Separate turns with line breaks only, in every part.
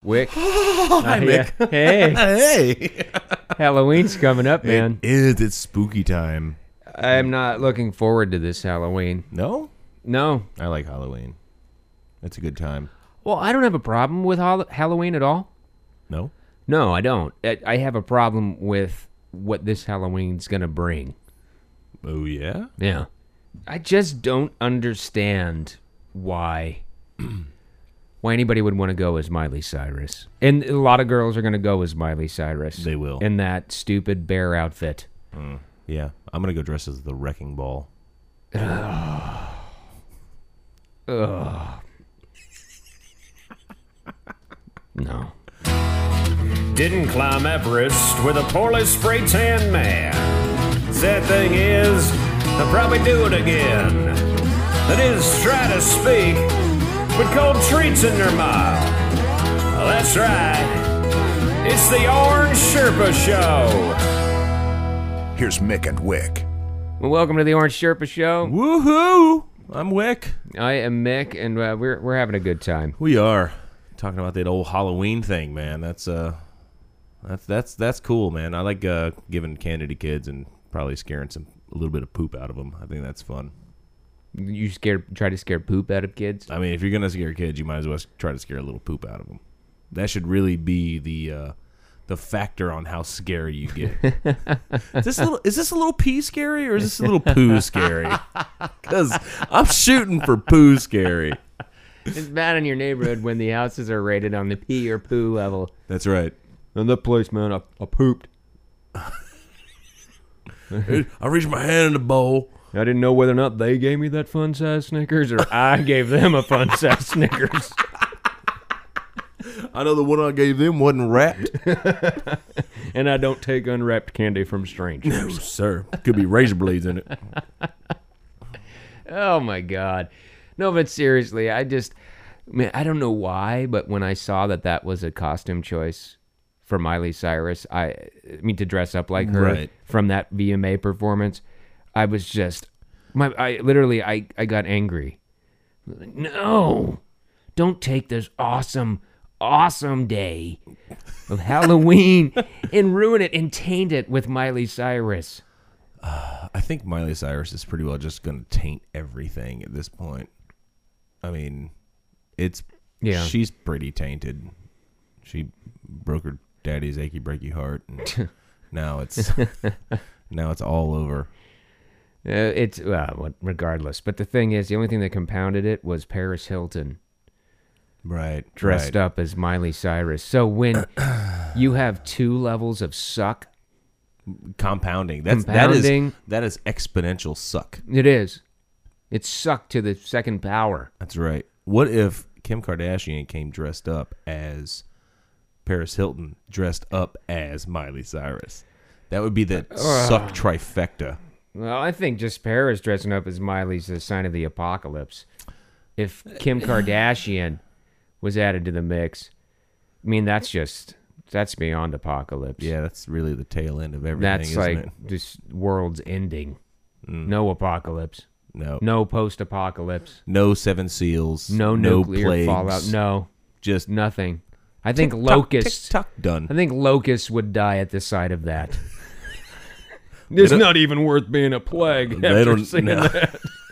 Wick. Uh,
Hi, Mick.
hey,
Hey.
Halloween's coming up, man.
It is. It's spooky time.
I'm not looking forward to this Halloween.
No?
No.
I like Halloween. It's a good time.
Well, I don't have a problem with Hall- Halloween at all.
No?
No, I don't. I, I have a problem with what this Halloween's going to bring.
Oh, yeah?
Yeah. I just don't understand why why anybody would want to go as Miley Cyrus. And a lot of girls are going to go as Miley Cyrus.
They will.
In that stupid bear outfit.
Yeah. I'm going to go dress as the Wrecking Ball.
No.
Didn't climb Everest with a poorly spray tan man. Sad thing is, I'll probably do it again. That is, try to speak with cold treats in their mouth. Well, that's right. It's the Orange Sherpa Show.
Here's Mick and Wick.
Well, welcome to the Orange Sherpa Show.
Woohoo! I'm Wick.
I am Mick, and uh, we're we're having a good time.
We are talking about that old Halloween thing, man. That's uh, that's that's that's cool, man. I like uh, giving candy to kids and probably scaring some a little bit of poop out of them. I think that's fun.
You scared? Try to scare poop out of kids?
I mean, if you're gonna scare kids, you might as well try to scare a little poop out of them. That should really be the uh, the factor on how scary you get. is this a little is this a little pee scary or is this a little poo scary? Because I'm shooting for poo scary.
It's bad in your neighborhood when the houses are rated on the pee or poo level.
That's right.
And that place, man, I, I pooped.
I reached my hand in the bowl.
I didn't know whether or not they gave me that fun size Snickers or I gave them a fun size Snickers.
I know the one I gave them wasn't wrapped.
And I don't take unwrapped candy from strangers.
No, sir. Could be razor blades in it.
oh my god. No, but seriously, I just man, I don't know why, but when I saw that that was a costume choice for Miley Cyrus, I I mean to dress up like her
Right.
from that VMA performance, I was just my I literally I I got angry. No. Don't take this awesome awesome day of Halloween and ruin it and taint it with Miley Cyrus.
I think Miley Cyrus is pretty well just going to taint everything at this point. I mean, it's
Yeah.
she's pretty tainted. She broke her daddy's achy breaky heart, and now it's now it's all over.
Uh, it's uh, what- regardless. But the thing is, the only thing that compounded it was Paris Hilton
Right,
dressed up as Miley Cyrus. So when you have two levels of suck,
compounding. That's
Compounding.
that is that is exponential suck.
it is. It's suck to the second power.
That's right. What if Kim Kardashian came dressed up as Paris Hilton, dressed up as Miley Cyrus? That would be the suck trifecta.
Well, I think just Paris dressing up as Miley's a sign of the apocalypse. If Kim Kardashian was added to the mix, I mean that's just that's beyond apocalypse.
Yeah, that's really the tail end of everything,
that's
isn't
like
it? Mm.
this world's ending. No apocalypse.
No, no,
No post apocalypse.
seven seals.
No, nuclear
plagues,
fallout. No,
just
nothing. I think
tick-tock,
locusts.
tick-tock done.
I think locusts would die at the sight of that. it's not even worth being a plague.
they don't no.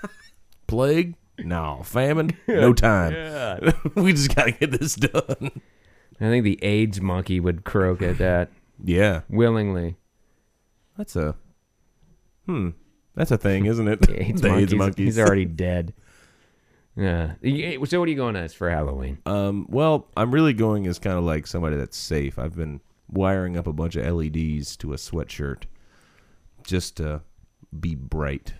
plague. No famine. No time. we just gotta get this done.
I think the AIDS monkey would croak at that
Yeah,
willingly.
that's a hmm. That's a thing, isn't it?
The AIDS,
The
monkey's,
AIDS monkeys.
He's already dead. Yeah. You- So what are you going as for Halloween?
Um, well, I'm really going as kind of like somebody that's safe. I've been wiring up a bunch of LEDs to a sweatshirt just to be bright.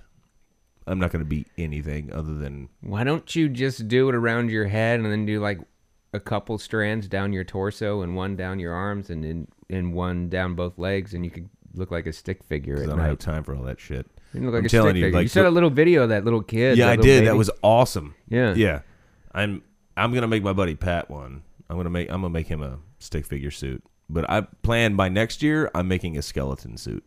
I'm not going to be anything other than
Why don't you just do it around your head and then do like a couple strands down your torso and one down your arms and then and one down both legs and you could look like a stick figure
I
at
don't have
night.
time for all that shit.
You look like
I'm
a
telling
stick
you,
figure.
like
you saw a little video of that little kid.
yeah,
that
I
little
did. That
baby.
was awesome.
Yeah.
yeah. I'm I'm gonna make my buddy Pat one. I'm gonna make I'm gonna make him a stick figure suit. But I plan by next year. I'm making a skeleton suit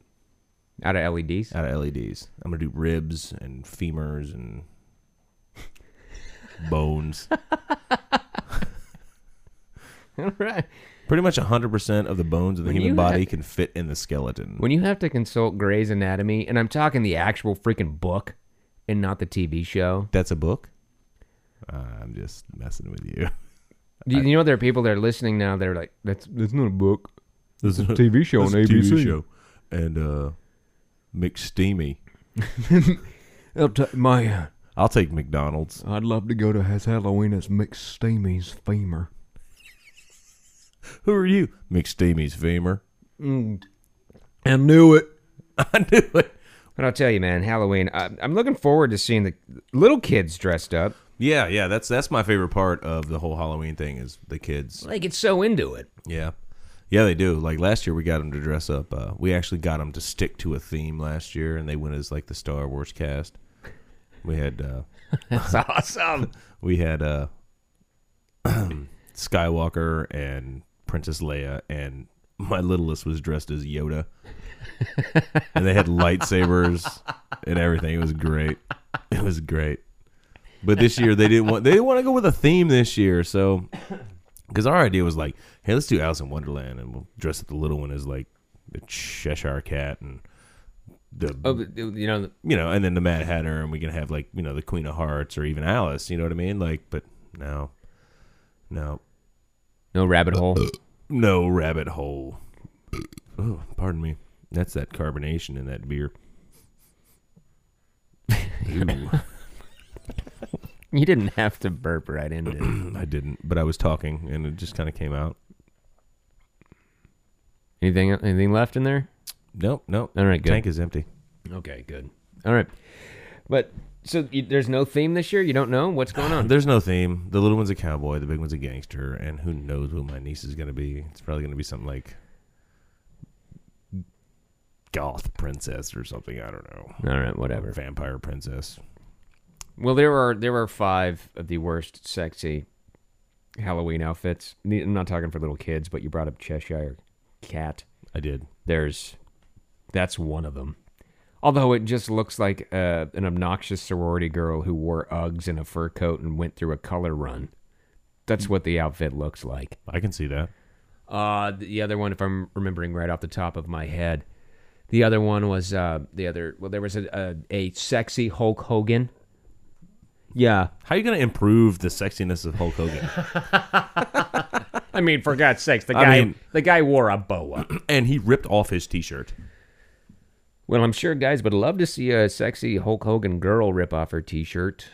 out of E LEDs.
out of LEDs. I'm gonna do ribs and femurs and bones.
right.
Pretty much 100% of the bones of the
When
human
you
body
had-
can fit in the skeleton.
When you have to consult Grey's Anatomy, and I'm talking the actual freaking book and not the TV show,
That's a book? Uh, I'm just messing with you.
you, you know there are people that are listening now that are like, "That's that's not a book."
This is a
TV show
this
on
is a
ABC.
TV show. And uh, McSteamy.
I'll t- my, uh,
I'll take McDonald's.
I'd love to go to his Halloween. It's McSteamy's femur.
Who are you? McSteamy's femur.
I knew it.
I knew it.
But I'll tell you, man, Halloween. I, I'm looking forward to seeing the little kids dressed up.
Yeah, yeah, that's that's my favorite part of the whole Halloween thing is the kids.
They get so into it.
Yeah. Yeah, they do. Like last year we got them to dress up. Uh, we actually got them to stick to a theme last year and they went as like the Star Wars cast. We had uh
That's awesome.
we had uh Skywalker and Princess Leia and my littlest was dressed as Yoda. and they had lightsabers and everything. It was great. It was great. But this year they didn't want they didn't want to go with a theme this year, so because our idea was like, hey, let's do Alice in Wonderland and we'll dress up the little one as like the Cheshire cat and the
oh, but, you know,
you know, and then the Mad Hatter, and we can have like you know the Queen of Hearts or even Alice. You know what I mean? Like, but no, no,
no rabbit hole.
no rabbit hole. Oh, pardon me. That's that carbonation in that beer. Ooh,
You didn't have to burp right into it.
I didn't, but I was talking, and it just kind of came out.
Anything, anything left in there?
Nope, nope.
All right, good.
Tank is empty.
Okay, good. All right, but so you, there's no theme this year. You don't know what's going on.
There's no theme. The little one's a cowboy. The big one's a gangster, and who knows who my niece is gonna be? It's probably gonna be something like goth princess or something. I don't know.
All right, whatever.
Vampire princess.
Well, there are there are five of the worst sexy Halloween outfits. Ne- I'm not talking for little kids, but you brought up Cheshire Cat.
I did.
There's that's one of them. Although it just looks like uh, an obnoxious sorority girl who wore Uggs and a fur coat and went through a color run. That's what the outfit looks like.
I can see that.
Uh, the other one, if I'm remembering right off the top of my head, the other one was uh, the other. Well, there was a, a a sexy Hulk Hogan. Yeah,
How are you gonna improve the sexiness of Hulk Hogan?
I mean, for God's sakes, the
I
guy
mean-
the guy wore a boa.
and he ripped off his T-shirt.
well, I'm sure guys would love to see a sexy Hulk Hogan girl rip off her T-shirt.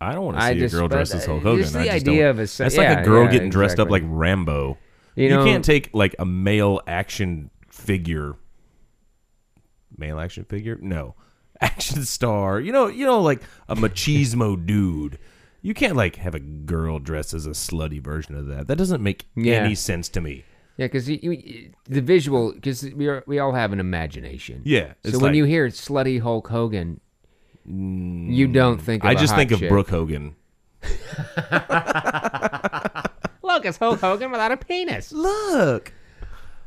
I don't want to
I
see
just-
a girl dressed
but,
as
uh,
Hulk Hogan.
just the
I just
idea
don't-
of a se-
that's like
yeah,
a girl
yeah,
getting dressed up
exactly.
like Rambo.
You
You,
know-
can't take like a male action figure, male action figure, no, action star. You know, you know, like a machismo dude. You can't like have a girl dressed as a slutty version of that. That doesn't make
Yeah.
any sense to me.
Yeah, because the visual, because we are, we all have an imagination.
Yeah,
So
it's
when
like-
you hear slutty Hulk Hogan, you don't think. Of
I
a
just
hot
think of
chick.
Brooke Hogan.
Look, it's Hulk Hogan without a penis.
Look,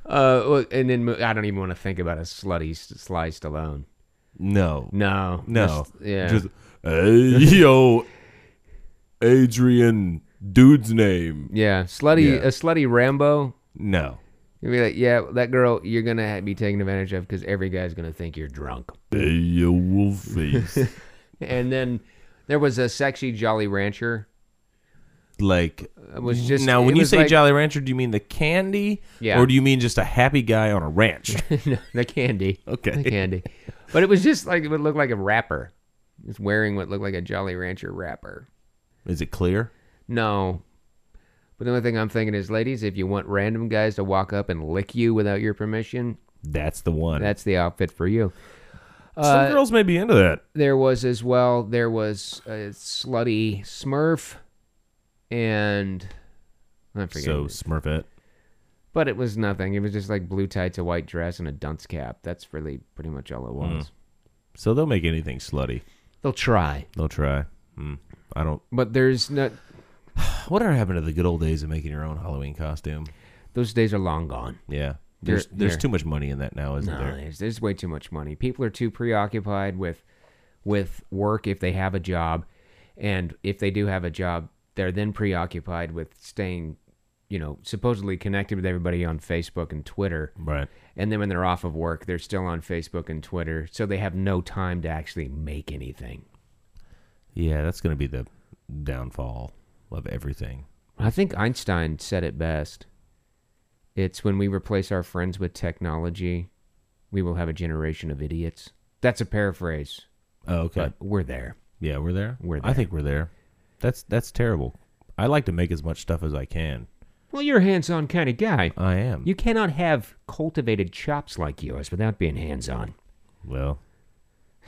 Uh, well, and then mo- I don't even want to think about a slutty S- Sly Stallone.
no,
No,
No.
Just- yeah,
Just, hey, yo, Adrian dude's name.
yeah, slutty a
Yeah.
slutty Rambo.
No.
You'd be like, yeah, that girl you're gonna ha- be taken advantage of because every guy's gonna think you're drunk.
Hey, yo, Wolfie.
And then there was a sexy Jolly Rancher.
like,
It was just
now
it
when you
was
say
like-
Jolly Rancher, do you mean the candy?
Yeah.
Or do you mean just a happy guy on a ranch?
No, the candy.
Okay.
The candy. But it was just like, it would look like a wrapper. It's wearing what looked like a Jolly Rancher wrapper.
Is it clear?
No. But the only thing I'm thinking is, ladies, if you want random guys to walk up and lick you without your permission,
That's the one.
that's the outfit for you. Uh,
Some girls may be into that.
There was as well, there was a slutty Smurf and I forget.
So, Smurfette.
but it was nothing. It was just like blue tights, a white dress, and a dunce cap. That's really pretty much all it was.
So, they'll make anything slutty.
They'll try.
They'll try. Mm. I don't.
But there's no
Whatever happened to the good old days of making your own Halloween costume?
those days are long gone.
Yeah. There's,
They're-
there's
they're-
too much money in that now, isn't
No,
there?
there's, there's way too much money. People are too preoccupied with with work if they have a job, and if they do have a job, they're then preoccupied with staying you know, supposedly connected with everybody on Facebook and Twitter.
Right.
And then when they're off of work, they're still on Facebook and Twitter, so they have no time to actually make anything.
Yeah, that's going to be the downfall of everything.
I think Einstein said it best. It's when we replace our friends with technology, we will have a generation of idiots. That's a paraphrase,
Oh, okay.
but we're there.
yeah, we're there.
We're
I
there.
think we're there. That's that's terrible. I like to make as much stuff as I can.
Well, you're a hands-on kind of guy.
I am.
You cannot have cultivated chops like yours without being hands-on.
well,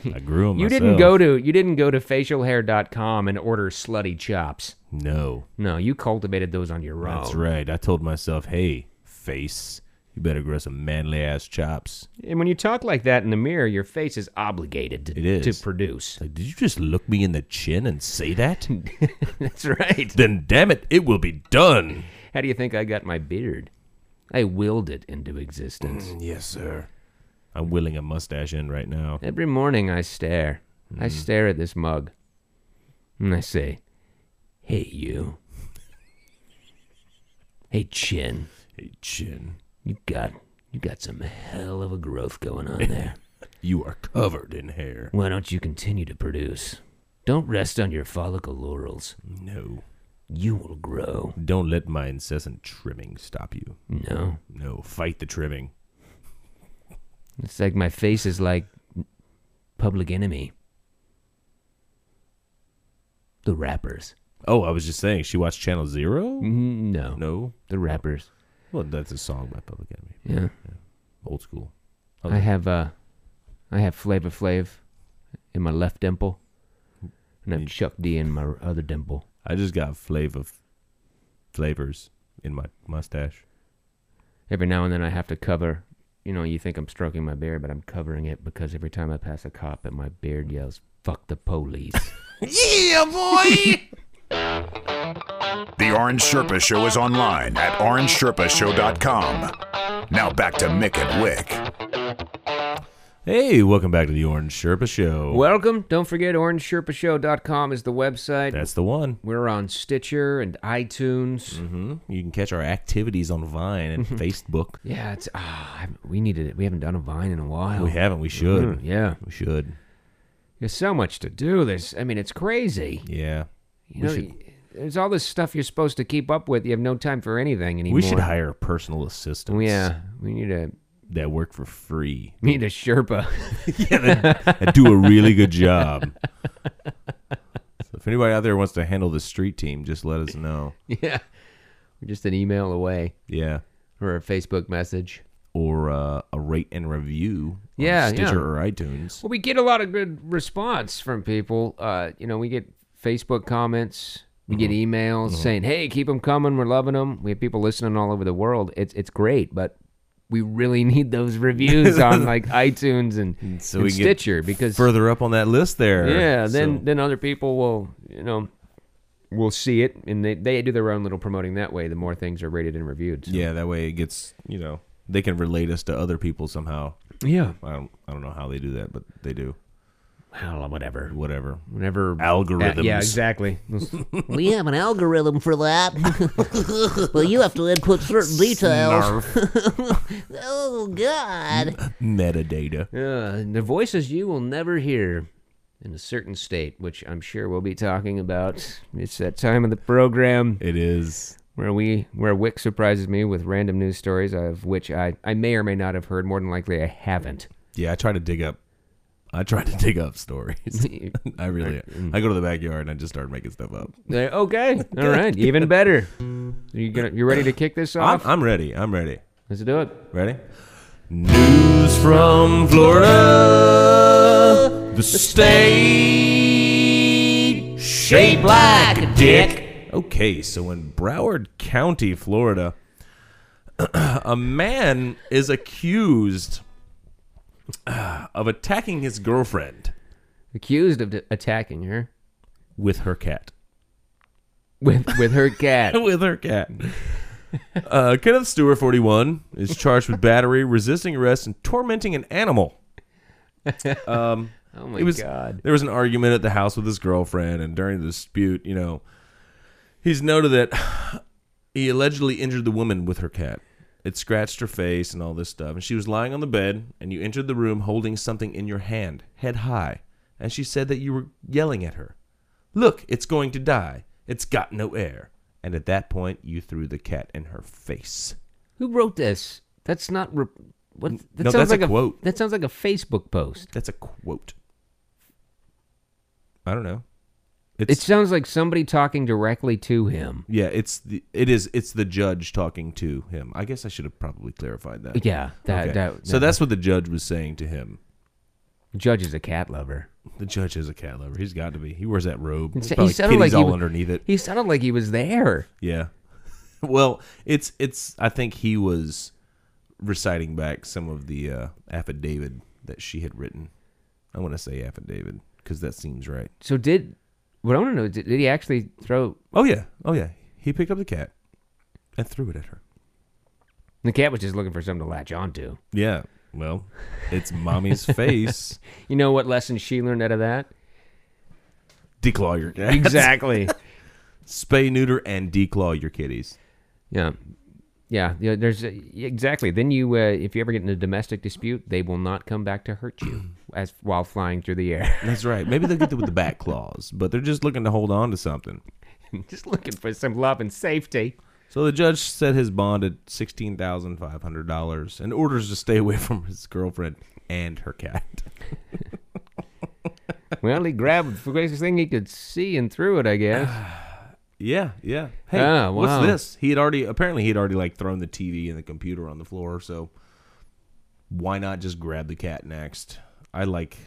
I grew 'em
You didn't
Oh, myself.
go to you didn't go to facialhair.com and order slutty chops.
No.
No, you cultivated those on your own.
That's right. I told myself, "Hey, face, you better grow some manly ass chops."
And when you talk like that in the mirror, your face is obligated
It is.
to produce.
It's Like, did you just look me in the chin and say that?
That's right.
then damn it, it will be done.
How do you think I got my beard? I willed it into existence.
Yes, sir. I'm willing a mustache in right now.
Every morning I stare. I stare at this mug. And I say, Hey, you. Hey, Chin.
Hey, chin,
You got you got some hell of a growth going on there.
you are covered in hair.
Why don't you continue to produce? Don't rest on your follicle laurels.
No,
You will grow.
don't let my incessant trimming stop you.
No.
No, fight the trimming.
It's like my face is like public enemy. The rappers.
Oh, I was just saying, she watched Channel Zero.
Mm, No.
No,
The rappers.
well, that's a song by Public Enemy,
Yeah.
old school.
I have uh I have Flavor Flav in my left dimple. And I have Chuck D in my other dimple.
I just got flavor f- flavors in my mustache.
Every now and then I have to cover you know, you think I'm stroking my beard, but I'm covering it because every time I pass a cop and my beard yells, Fuck the police.
Yeah, boy.
The Orange Sherpa Show is online at orangeshherpashow.com. Now back to Mick and Wick.
hey, welcome back to the Orange Sherpa Show.
Welcome. Don't forget orangeshirpashow.com is the website.
that's the one.
We're on Stitcher and iTunes.
hmm You can catch our activities on Vine and Facebook.
Yeah, it's ah, I haven't- we needed it. We haven't done a Vine in a while.
We haven't. We should.
Mm, Oh. yeah,
We should.
there's so much to do. There's, I mean, it's crazy.
Yeah.
You
We
know,
should-
y- there's all this stuff you're supposed to keep up with. You have no time for anything anymore.
We should hire personal assistants.
Yeah, we need a
That work for free.
we need a Sherpa.
That do a really good job. so if anybody out there wants to handle the street team, just let us know.
yeah, we're just an email away
Yeah.
or a Facebook message.
Or uh, a rate and review. on
Yeah, yeah.
Stitcher or iTunes.
Well, we get a lot of good response from people. Uh, you know, we get Facebook comments, we get
Mm-hmm.
emails saying, "Hey, keep them coming. We're loving them." We have people listening all over the world. It's it's great, but we really need those reviews on like iTunes and,
so
and
we can get
Stitcher because
further up on that list there.
yeah, then
So-
then other people will you know will see it and they they do their own little promoting that way. The more things are rated and reviewed. So.
yeah, that way it gets you know they can relate us to other people somehow.
yeah.
I don't I don't know how they do that, but they do.
Well, whatever. Uh,
Whatever
Whenever
algorithms.
yeah, exactly.
We have an algorithm for that. well, you have to input certain details.
Snarf.
Oh, God.
metadata.
Uh, the voices you will never hear in a certain state, which I'm sure we'll be talking about. It's that time of the program
It is.
where we where Wick surprises me with random news stories of which I, I may or may not have heard. More than likely, I haven't.
Yeah, I try to dig up. I try to dig up stories. I really.
Mm.
I go to the backyard and I just start making stuff up.
They're- okay, all right, even better. You gonna you ready to kick this
I'm,
off?
I'm ready. I'm ready.
Let's do it.
Ready? News from Florida, the state shaped like a dick. Okay, so in Broward County, Florida, a man is accused uh, of attacking his girlfriend
Accused of d- attacking her
with her cat.
with with her cat.
with her cat. Uh, Kenneth Stewart, 41, is charged with battery, resisting arrest, and tormenting an animal.
Oh my
it was
god.
there was an argument at the house with his girlfriend and during the dispute you know he's noted that He allegedly injured the woman with her cat. It scratched her face and all this stuff. And she was lying on the bed, and you entered the room holding something in your hand, head high. And she said that you were yelling at her, Look, it's going to die. It's got no air. And at that point, you threw the cat in her face.
Who wrote this? That's not. Re- what? That
No,
sounds
that's a
like
quote.
That sounds like a Facebook post.
That's a quote. I don't know.
It sounds like somebody talking directly to him.
Yeah, it's the it is it's the judge talking to him. I guess I should have probably clarified that.
Yeah, that- that-
so
that-
that's what the judge was saying to him.
Judge is a cat lover.
The judge is a cat lover. He's got to be. He wears that robe. There's
sa- he
probably
sounded
kitties
like he
all
w-
underneath it.
He sounded like he was there.
Yeah. well, it's it's. I think he was reciting back some of the uh, affidavit that she had written. I want to say affidavit because that seems right.
So did what I want to know? is, Did, did he actually throw?
Oh yeah, oh yeah. He picked up the cat and threw it at her.
The cat was just looking for something to latch onto.
Yeah. Well, it's mommy's face.
You know what lesson she learned out of that?
Declaw your cat.
Exactly.
spay neuter and declaw your kitties.
yeah. Yeah, yeah, there's exactly. Then you, uh, if you ever get in a domestic dispute, they will not come back to hurt you as while flying through the air.
That's right. Maybe they'll get there with the back claws, but they're just looking to hold on to something.
just looking for some love and safety.
So the judge set his bond at sixteen thousand five hundred dollars and orders to stay away from his girlfriend and her cat.
Well, he grabbed the greatest thing he could see and threw it, I guess.
Yeah, yeah. Hey,
Ah, wow.
what's this? He had already apparently he had already like thrown the TV and the computer on the floor, so why not just grab the cat next? I like.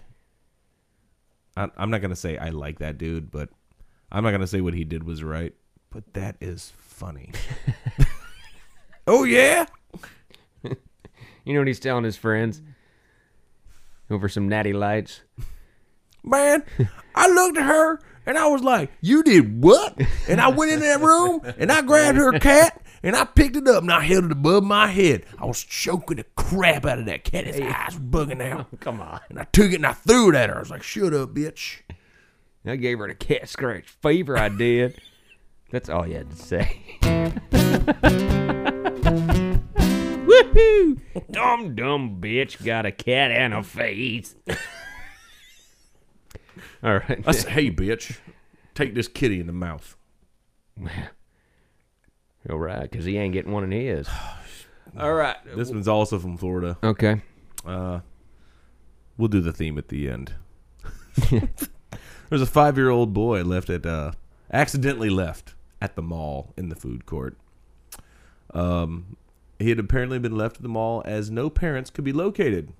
I, I'm not gonna say I like that dude, but I'm not gonna say what he did was right. But that is funny. oh yeah.
You know what he's telling his friends? Over some natty lights.
man, I looked at her and I was like, "You did what?" And I went in that room and I grabbed her cat and I picked it up and I held it above my head. I was choking the crap out of that cat. His eyes were bugging out.
Come on.
And I took it and I threw it at her. I was like, "Shut up, bitch."
I gave her the cat scratch fever I did. That's all you had to say. Woohoo! Dumb dumb bitch got a cat and a face. all right.
I said, "Hey, bitch, take this kitty in the mouth."
All right, because he ain't getting one in his. All right.
This one's also from Florida.
Okay.
We'll do the theme at the end. There's a five year old boy left at, uh, accidentally left at the mall in the food court. Um, he had apparently been left at the mall as no parents could be located.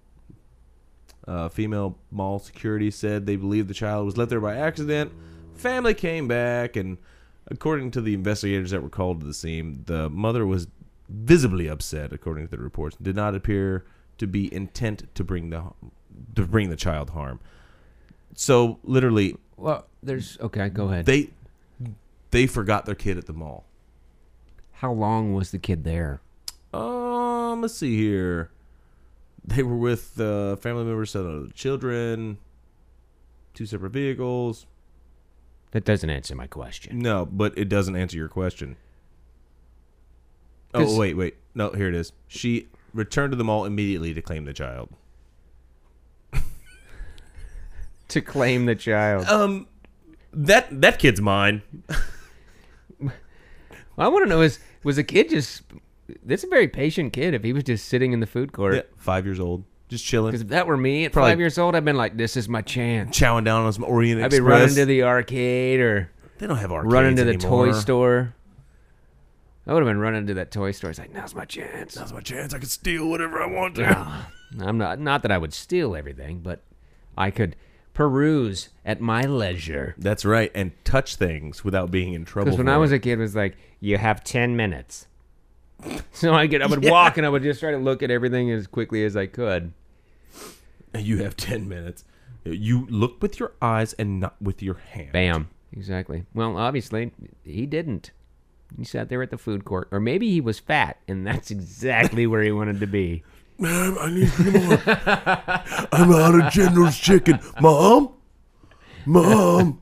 Uh, female mall security said they believed the child was left there by accident. Family came back, and according to the investigators that were called to the scene, the mother was visibly upset, according to the reports, and did not appear to be intent to bring the to bring the child harm. So literally,
Well, there's okay. Go ahead.
they they forgot their kid at the mall.
How long was the kid there?
Um, let's see here. They were with uh, family members, seven other children, two separate vehicles.
That doesn't answer my question.
No, but it doesn't answer your question. Oh
'Cause-
wait, wait. No, here it is. She returned to the mall immediately to claim the child.
To claim the child.
Um, that that kid's mine.
What I want to know is was the kid just that's a very patient kid if he was just sitting in the food
Yeah,
court.
five years old,
Because
just chilling,
if that were me at
Probably-
five years old, I'd been like, "This is my chance."
chowing down on some Orient
I'd be
Express.
running to the arcade or
they don't have arcades
running to the toy
anymore.
store. I would have been running to that toy store. It's like, now's my chance.
That's my chance. I can steal whatever I want to.
I'm not not that I would steal everything, but I could peruse at my leisure.
That's right, and touch things without being in trouble.
Because when
for
I was
it.
a kid, it was like you have ten minutes. So I could, I would walk and I would just try to look at everything as quickly as I could.
you have ten minutes. You look with your eyes and not with your hand.
Bam. Exactly. Well, obviously, he didn't. He sat there at the food court. Or maybe he was fat, and that's exactly where he wanted to be.
Ma'am, I need some more. I'm out of General's chicken. Mom? Mom?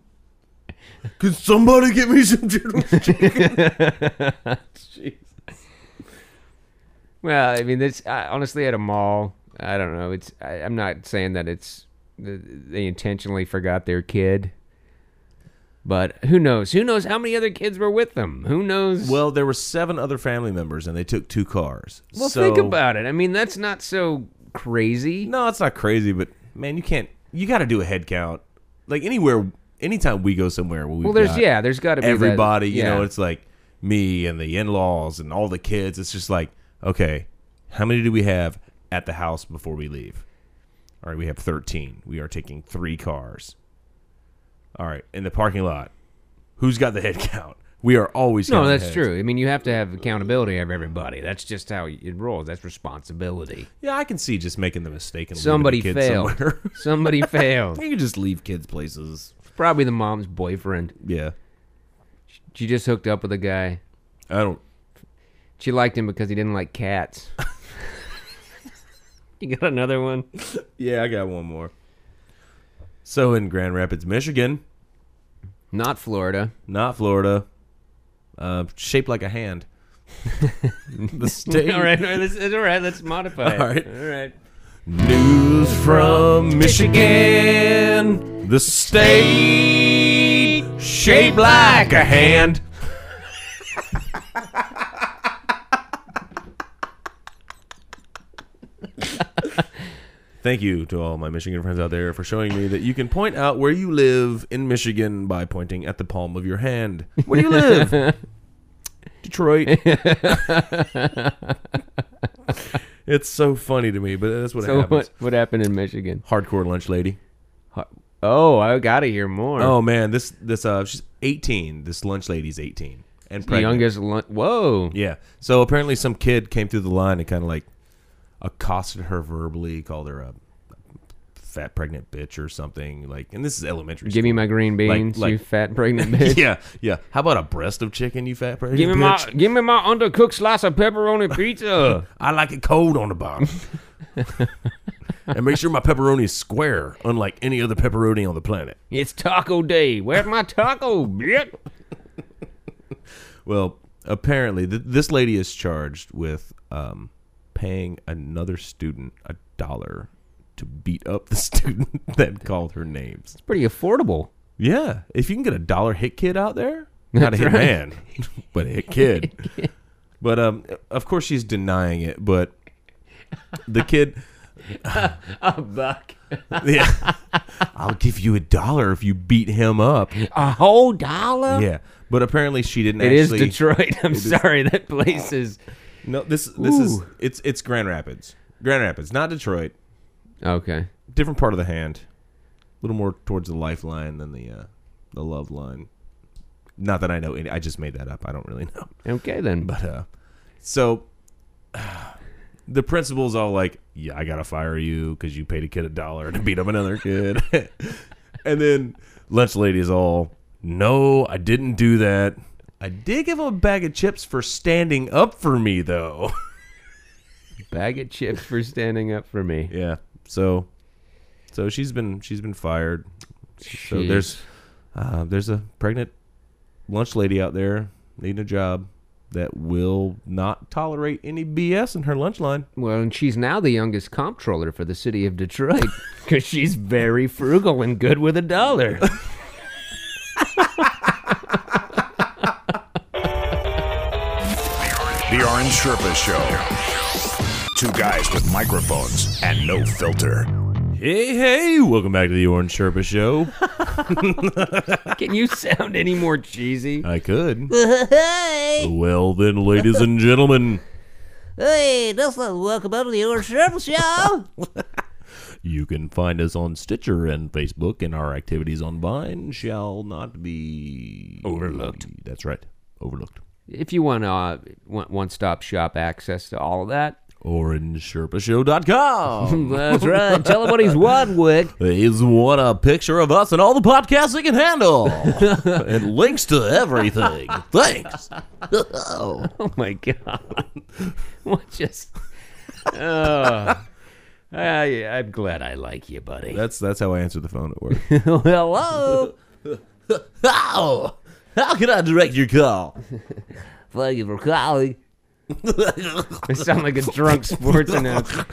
Could somebody get me some turtle chicken?
Well, I mean, it's I, honestly at a mall. I don't know. It's I, I'm not saying that it's th- they intentionally forgot their kid, but who knows? Who knows how many other kids were with them? Who knows?
Well, there were seven other family members, and they took two cars.
Well,
So-
think about it. I mean, that's not so crazy.
No, it's not crazy, but man, you can't. You got to do a head count. Like anywhere, anytime we go somewhere, we
well, there's yeah, there's got to be that-
everybody. you know,
yeah.
it's like me and the in laws and all the kids. It's just like, okay, how many do we have at the house before we leave? All right, we have thirteen. We are taking three cars. All right, in the parking lot, who's got the head count? We are always
no,
counting
that's
heads.
true. I mean, you have to have accountability of everybody. That's just how it rolls. That's responsibility.
Yeah, I can see just making the mistake and leaving the
Somebody
kids
failed.
somewhere.
Somebody failed.
you can just leave kids places.
Probably the mom's boyfriend.
Yeah,
She just hooked up with a guy.
I don't.
She liked him because he didn't like cats. you got another one?
Yeah, I got one more. So in Grand Rapids, Michigan,
Not Florida.
not Florida, uh, shaped like a hand. the state.
All right, all right, let's, all right, let's modify it.
All right.
all right.
News from Michigan, the state shaped like a hand. Thank you to all my Michigan friends out there for showing me that you can point out where you live in Michigan by pointing at the palm of your hand. Where do you live? Detroit. it's so funny to me, but that's what
So
happens
what, what happened in Michigan?
hardcore lunch lady.
Oh, I gotta hear more.
Oh man, this this uh she's 18. This lunch lady's 18 and
the
pregnant.
youngest. Lun- Whoa.
Yeah. So apparently some kid came through the line and kind of like accosted her verbally, called her a fat pregnant bitch or something like and this is elementary
Give me my green
Like-
beans, you
like-
fat pregnant
school.
bitch.
yeah, yeah. How about a breast of chicken, you fat pregnant
Give me my
bitch?
give me my undercooked slice of pepperoni pizza.
I like it cold on the bottom. and make sure my pepperoni is square, unlike any other pepperoni on the planet.
it's taco day. Where's my taco, bitch?
Well, apparently, th- this lady is charged with um, paying another student a dollar to beat up the student that called her names.
Pretty affordable.
Yeah, if you can get a dollar hit kid out there, not a hit man, but a hit kid. But um, of course, she's denying it. But the kid,
A buck.
yeah, I'll give you a dollar if you beat him up.
A whole dollar?
Yeah, but apparently she didn't.
It is
actually,
Detroit. I'm sorry, that place is
No, this this is
Ooh.
it's it's Grand Rapids, Grand Rapids, not Detroit.
okay.
different part of the hand, a little more towards the lifeline than the uh, the love line. Not that I know any. I just made that up. I don't really know.
Okay then.
But uh, so the principal's all like, "Yeah, I gotta fire you because you paid a kid a dollar to beat up another kid," and then lunch lady's all, "No, I didn't do that. I did give him a bag of chips for standing up for me, though."
Bag of chips for standing up for me.
yeah. So, so she's been she's been fired. So
Jeez.
there's uh, there's a pregnant lunch lady out there needing a job that will not tolerate any BS in her lunch line.
Well, and she's now the youngest comptroller for the city of Detroit because she's very frugal and good with a dollar.
The Orange Sherpa Show. Two guys with microphones and no filter.
Hey, hey, welcome back to the Orange Sherpa Show.
Can you sound any more cheesy?
I could.
hey,
well then, ladies and gentlemen,
hey, that's not welcome back to the Orange Circle Show.
you can find us on Stitcher and Facebook, and our activities on Vine shall not be overlooked. That's right, overlooked.
If you want uh, one- one-stop shop access to all of that,
OrangeSherpaShow.com
that's right. Tell them what he's what, Wick.
is what a picture of us and all the podcasts it can handle, and links to everything. Thanks.
Oh my god! what just? Oh. I, I'm glad I like you, buddy.
uh,
That's that's how I answer the phone at work.
Hello.
How? How can I direct your call? Thank you for calling.
I sound like a drunk sports announcer.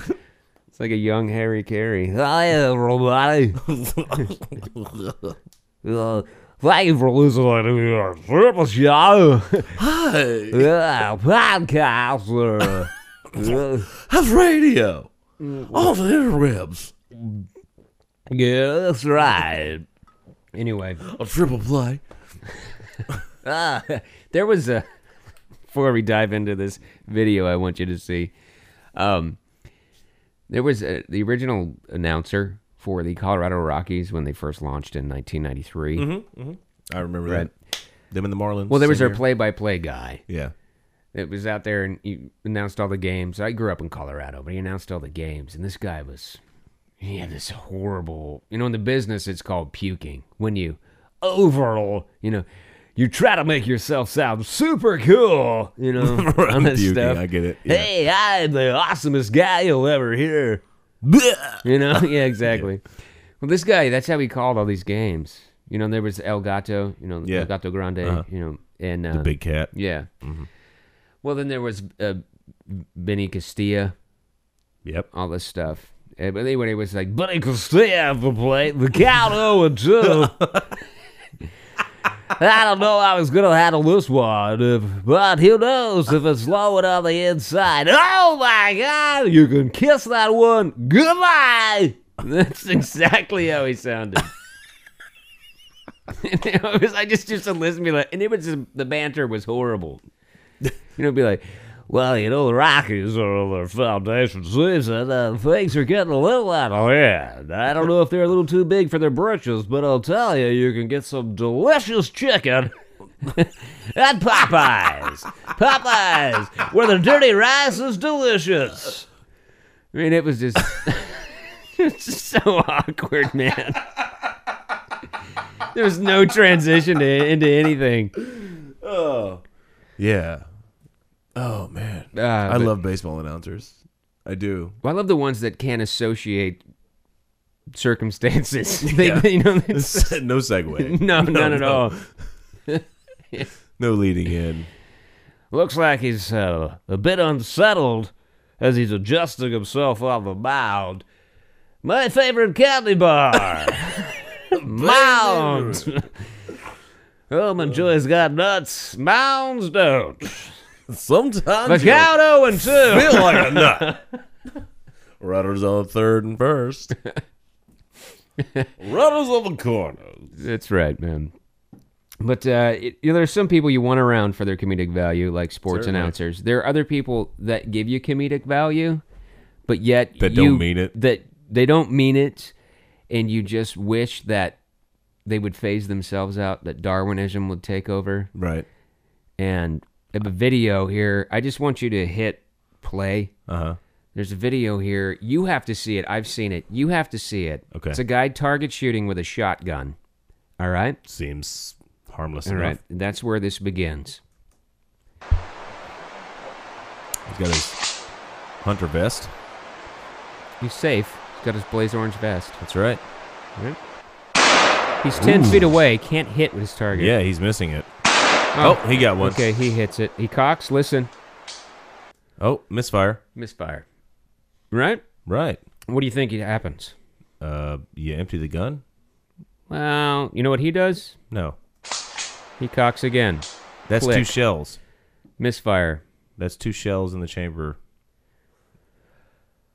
It's like a young Harry Carey.
Hi, everybody. uh, thank you for listening to our triple show.
Hi,
Uh, podcast. Uh,
that's radio. All the interwebs.
yeah, that's right.
Anyway, ah,
A triple play.
there was a. Before we dive into this video, I want you to see. Um, there was a, the original announcer for the Colorado Rockies when they first launched in 1993.
I remember
Right.
that. Them and the Marlins.
Well, there was
same
their play-by-play guy.
year. Yeah.
that was out there and he announced all the games. I grew up in Colorado, but he announced all the games, and this guy was he had this horrible. You know, in the business, it's called puking when you overall, you know, you try to make yourself sound super cool, you know, on this
puking,
stuff.
I get it. Yeah.
Hey, I'm the awesomest guy you'll ever hear. You know, yeah, exactly. Well, this guy, that's how he called all these games. You know, there was El Gato, you know,
Yeah. Uh-huh.
El Gato Grande, you know, and uh,
The big cat.
yeah. Well, then there was uh, Benny Castilla,
Yep.
all this stuff. Uh, But anyway, it was like Benny Castilla for play the count zero and two. I don't know how he's gonna handle this one, if, but who knows if it's low and on the inside. Oh my God! You can kiss that one. Goodbye. That's exactly how he sounded. And it was, I just used to listen to me like, and it was just, the banter was horrible. You know, it'd be like, well, you know, the Rockies are on their foundation season, and things are getting a little out of hand. I don't know if they're a little too big for their britches, but I'll tell you, you can get some delicious chicken. at Popeyes, Popeyes, where the dirty rice is delicious. I mean, it was just, it's just so awkward, man. There was no transition to, into anything.
Yeah. Oh man.
Uh,
I love baseball announcers. I do.
Well, I love the ones that can associate circumstances. they, you know, they-
no segue.
no, none at
no.
all.
No leading in.
Looks like he's uh, a bit unsettled as he's adjusting himself on the mound. My favorite candy bar, Mounds. Roman Joy's got nuts. Mounds don't. The count
Sometimes
zero and two.
feel like a nut. Runners on third and first. Runners on the corners.
That's right, man. But uh, it, you know, there's some people you want around for their comedic value, like sports
Certainly.
announcers. There are other people that give you comedic value, but yet
That
you-
don't mean it.
That they don't mean it, and you just wish that they would phase themselves out. That Darwinism would take over.
Right.
And I have a video here. I just want you to hit play.
Uh huh.
There's a video here. You have to see it. I've seen it. You have to see it.
Okay.
It's a guy target shooting with a shotgun. All right.
Seems harmless
All right,
enough.
that's where this begins.
He's got his hunter vest.
He's safe. He's got his blaze orange vest.
That's right.
He's ten
Ooh.
feet away. Can't hit with his target.
Yeah, he's missing it. Oh, he got one.
Okay, he hits it. He cocks. Listen,
Oh, misfire.
misfire. Right?
Right.
What do you think happens?
Uh, you empty the gun?
Well, you know what he does?
No.
He cocks again.
That's two
Click.
shells.
Misfire.
That's two shells in the chamber.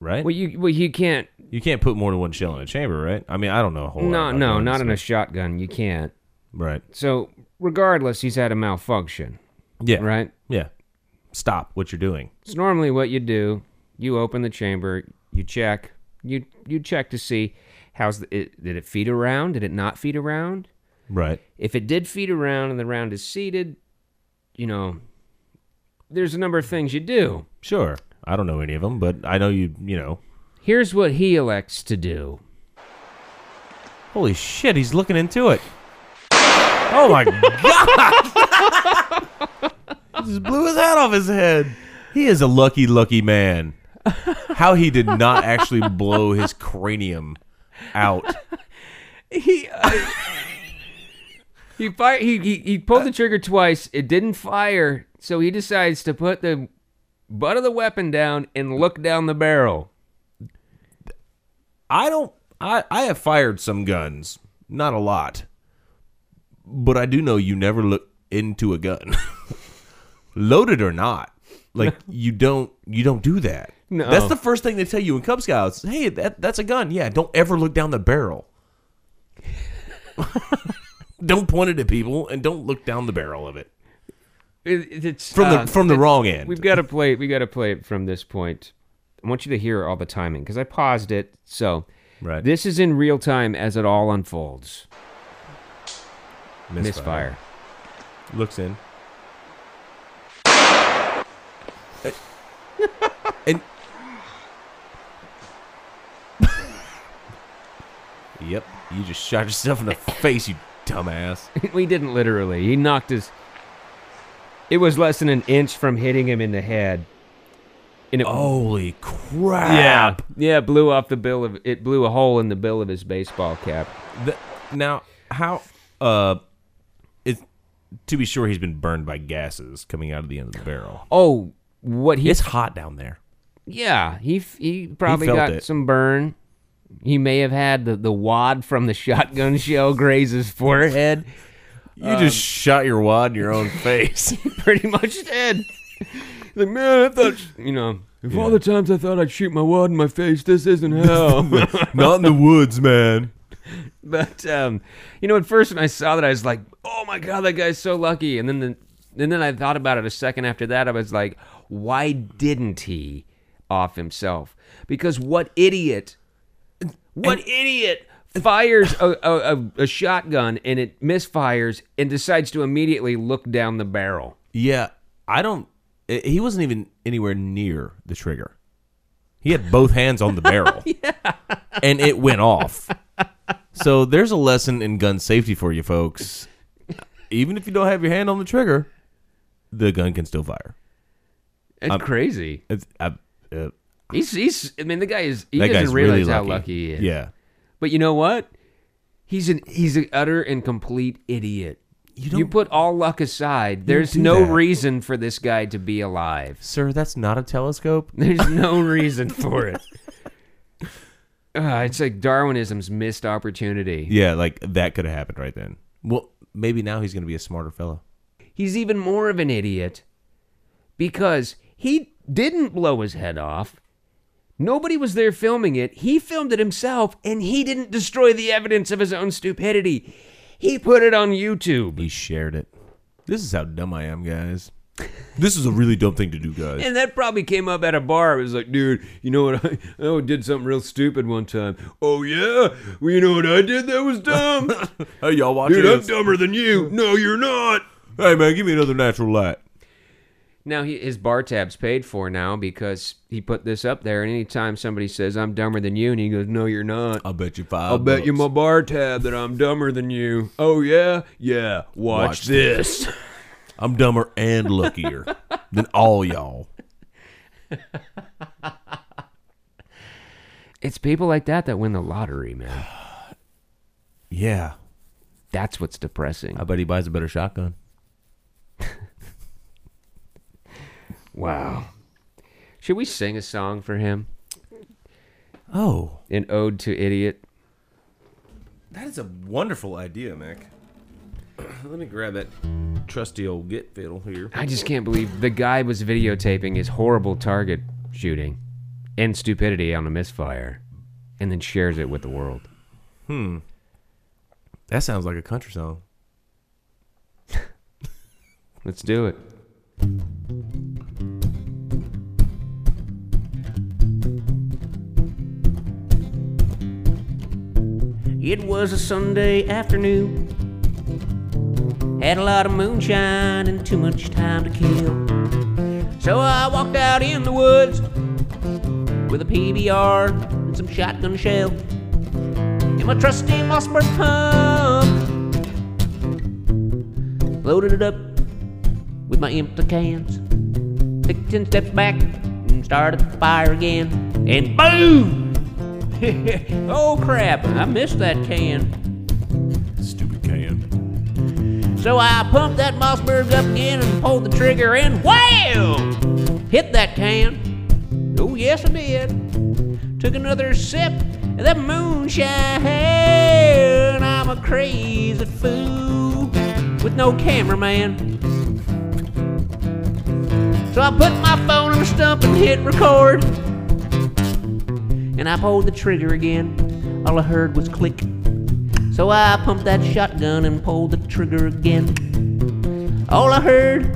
Right?
Well, you well you can't.
you can't put more than one shell in a chamber, right? I mean, I don't know a whole lot.
No,
about
no,
guns,
not in a
but-
shotgun. You can't.
Right.
So regardless, he's had a malfunction.
Yeah.
Right?
Yeah. Stop what you're doing.
So normally what you do, you open the chamber, you check, you you check to see how's the, it, did it feed around, did it not feed around?
Right.
If it did feed around and the round is seated, you know, there's a number of things you do.
Sure. I don't know any of them, but I know you, you know.
Here's what he elects to do.
Holy shit, he's looking into it. Oh my god! he just blew his hat off his head. He is a lucky, lucky man. How he did not actually blow his cranium out.
He He fired. He, he he pulled the trigger twice. It didn't fire, so he decides to put the butt of the weapon down and look down the barrel.
I don't. I I have fired some guns, not a lot, but I do know you never look into a gun, loaded or not. Like you don't you don't do that.
No.
that's the first thing they tell you in Cub Scouts. Hey, that that's a gun. Yeah, don't ever look down the barrel. don't point it at people and don't look down the barrel of it
It, it's
from
uh,
the from the wrong end.
We've got to play. We got to play it from this point. I want you to hear all the timing because I paused it. So
Right.
this is in real time as it all unfolds.
Misfire.
Misfire.
looks in. and Yep, you just shot yourself in the face, you dumbass.
we didn't literally. He knocked his. It was less than an inch from hitting him in the head. And
Oh,
it,
Holy crap.
Yeah, yeah, blew off the bill of it blew a hole in the bill of his baseball cap.
Th- now, how uh it to be sure he's been burned by gases coming out of the end of the barrel.
Oh, what he?
It's hot down there.
yeah, he f- he probably
felt
got
it.
some burn. He may have had the, the wad from the shotgun shell graze his forehead.
You just shot your wad in your own face.
Pretty much did. like man, I thought you know. If all the times I thought I'd shoot my wad in my face, this isn't hell.
Not in the woods, man.
But um, you know, at first when I saw that, I was like, "Oh my god, that guy's so lucky!" And then the, and then I thought about it a second after that. I was like, "Why didn't he off himself? Because what idiot? What idiot?" Fires a, a, a, a shotgun and it misfires and decides to immediately look down the barrel.
Yeah, I don't. i he wasn't even anywhere near the trigger. He had both hands on the barrel, and it went off. So there's a lesson in gun safety for you folks. Even if you don't have your hand on the trigger, the gun can still fire.
It's crazy.
It's, I, uh,
He's, he's I mean the guy is he
that
doesn't
guy's
realize
really lucky.
how lucky he is.
Yeah,
But you know what? He's an he's an utter and complete idiot. You,
don't-
put all luck aside. There's
do
no
that.
reason for this guy to be alive.
sir, that's not a telescope.
There's no reason for it. Ah, it's like Darwinism's missed opportunity.
Yeah, like that could have happened right then. Well, maybe now he's gonna be a smarter fellow.
He's even more of an idiot because he didn't blow his head off. Nobody was there filming it. He filmed it himself and he didn't destroy the evidence of his own stupidity. He put it on YouTube.
He shared it. This is how dumb I am, guys. This is a really dumb thing to do, guys.
And that probably came up at a bar. It was like, dude, you know what? I, I did something real stupid one time. Oh, yeah? Well, you know what I did that was dumb?
Hey, y'all watch
dude, I'm
this.
dumber than you. No, you're not.
Hey, man, give me another natural light.
Now, he, his bar tab's paid for now because he put this up there. And anytime somebody says, I'm dumber than you, and he goes, No, you're not.
I'll bet you five.
I'll bet you my
bucks.
bar tab that I'm dumber than you. Oh, yeah? Yeah. Watch,
Watch
this.
I'm dumber and luckier than all y'all.
It's people like that that win the lottery, man.
Yeah,
That's what's depressing.
I bet he buys a better shotgun.
Wow. Should we sing a song for him?
Oh,
An ode to idiot?
that is a wonderful idea, Mac. Let me grab that trusty old git fiddle here.
I just can't believe the guy was videotaping his horrible target shooting and stupidity on a misfire and then shares it with the world.
That sounds like a country song.
Let's do it. It was a Sunday afternoon. Had a lot of moonshine and too much time to kill. So I walked out in the woods with a PBR and some shotgun shell. And my trusty Mossberg pump. Loaded it up with my empty cans. Took ten steps back and started the fire again. And boom! oh crap, I missed that can.
Stupid can.
So I pumped that Mossberg up again and pulled the trigger and wham! Hit that can. Oh, yes, I did. Took another sip of that moonshine. I'm a crazy fool with no cameraman. So I put my phone on the stump and hit record. And I pulled the trigger again. All I heard was click. So I pumped that shotgun and pulled the trigger again. All I heard,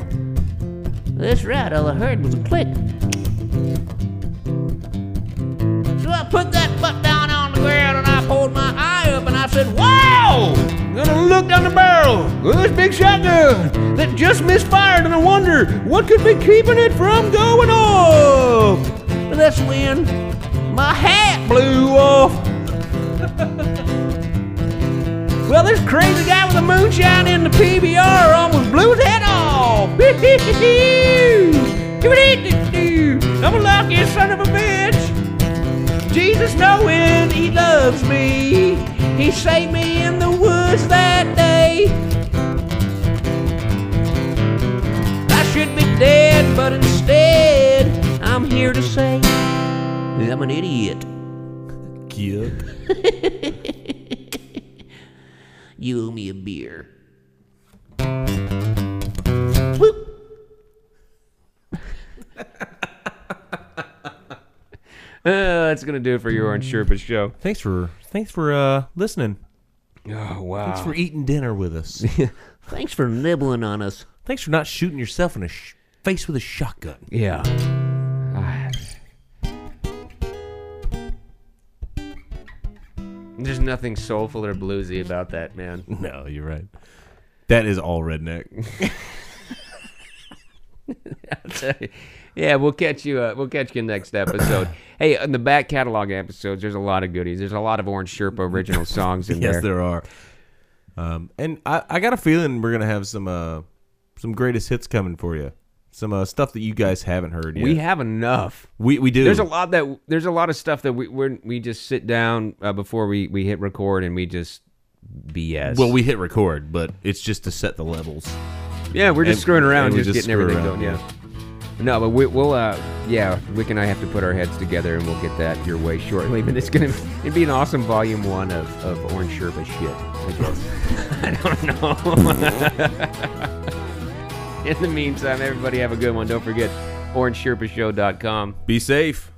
that's right, all I heard was a click. So I put that butt down on the ground and I pulled my eye up and I said, Wow! I'm gonna look down the barrel of this big shotgun that just misfired and I wonder what could be keeping it from going off. But that's when my hat blew off. Well, this crazy guy with the moonshine in the PBR almost blew his head off. I'm a lucky son of a bitch. Jesus knowing he loves me. He saved me in the woods that day. I should be dead, but instead, I'm here to say I'm an idiot. You owe me a beer. Whoop.
Uh, that's gonna do it for your Orange Sherpa show.
Thanks for thanks for uh listening.
Oh wow.
Thanks for eating dinner with us.
Thanks for nibbling on us.
thanks for not shooting yourself in the sh- face with a shotgun.
yeah. Ah. There's nothing soulful or bluesy about that, man.
No, you're right. That is all redneck.
yeah, we'll catch you. Uh, we'll catch you next episode. hey, in the back catalog episodes, there's a lot of goodies. There's a lot of Orange Sherpa original songs in
yes,
there.
there are. Um, and I, I got a feeling we're gonna have some uh some greatest hits coming for you. Some uh, stuff that you guys haven't heard yet.
We have enough.
we, we do.
There's a lot that there's a lot of stuff that we we're, we just sit down uh, before we we hit record and we just BS.
Well, we hit record, but it's just to set the levels.
yeah, we're just
and-
screwing around, and
and we
just,
just
getting everything
screw
going.
around,
Yeah. No, but we, we'll uh yeah, Wick and I have to put our heads together and we'll get that your way shortly. But it's gonna it'd be an awesome volume one of of Orange Sherpa shit. I guess. I don't know. In the meantime, everybody have a good one. Don't forget orangeshirpashow.com.
Be safe.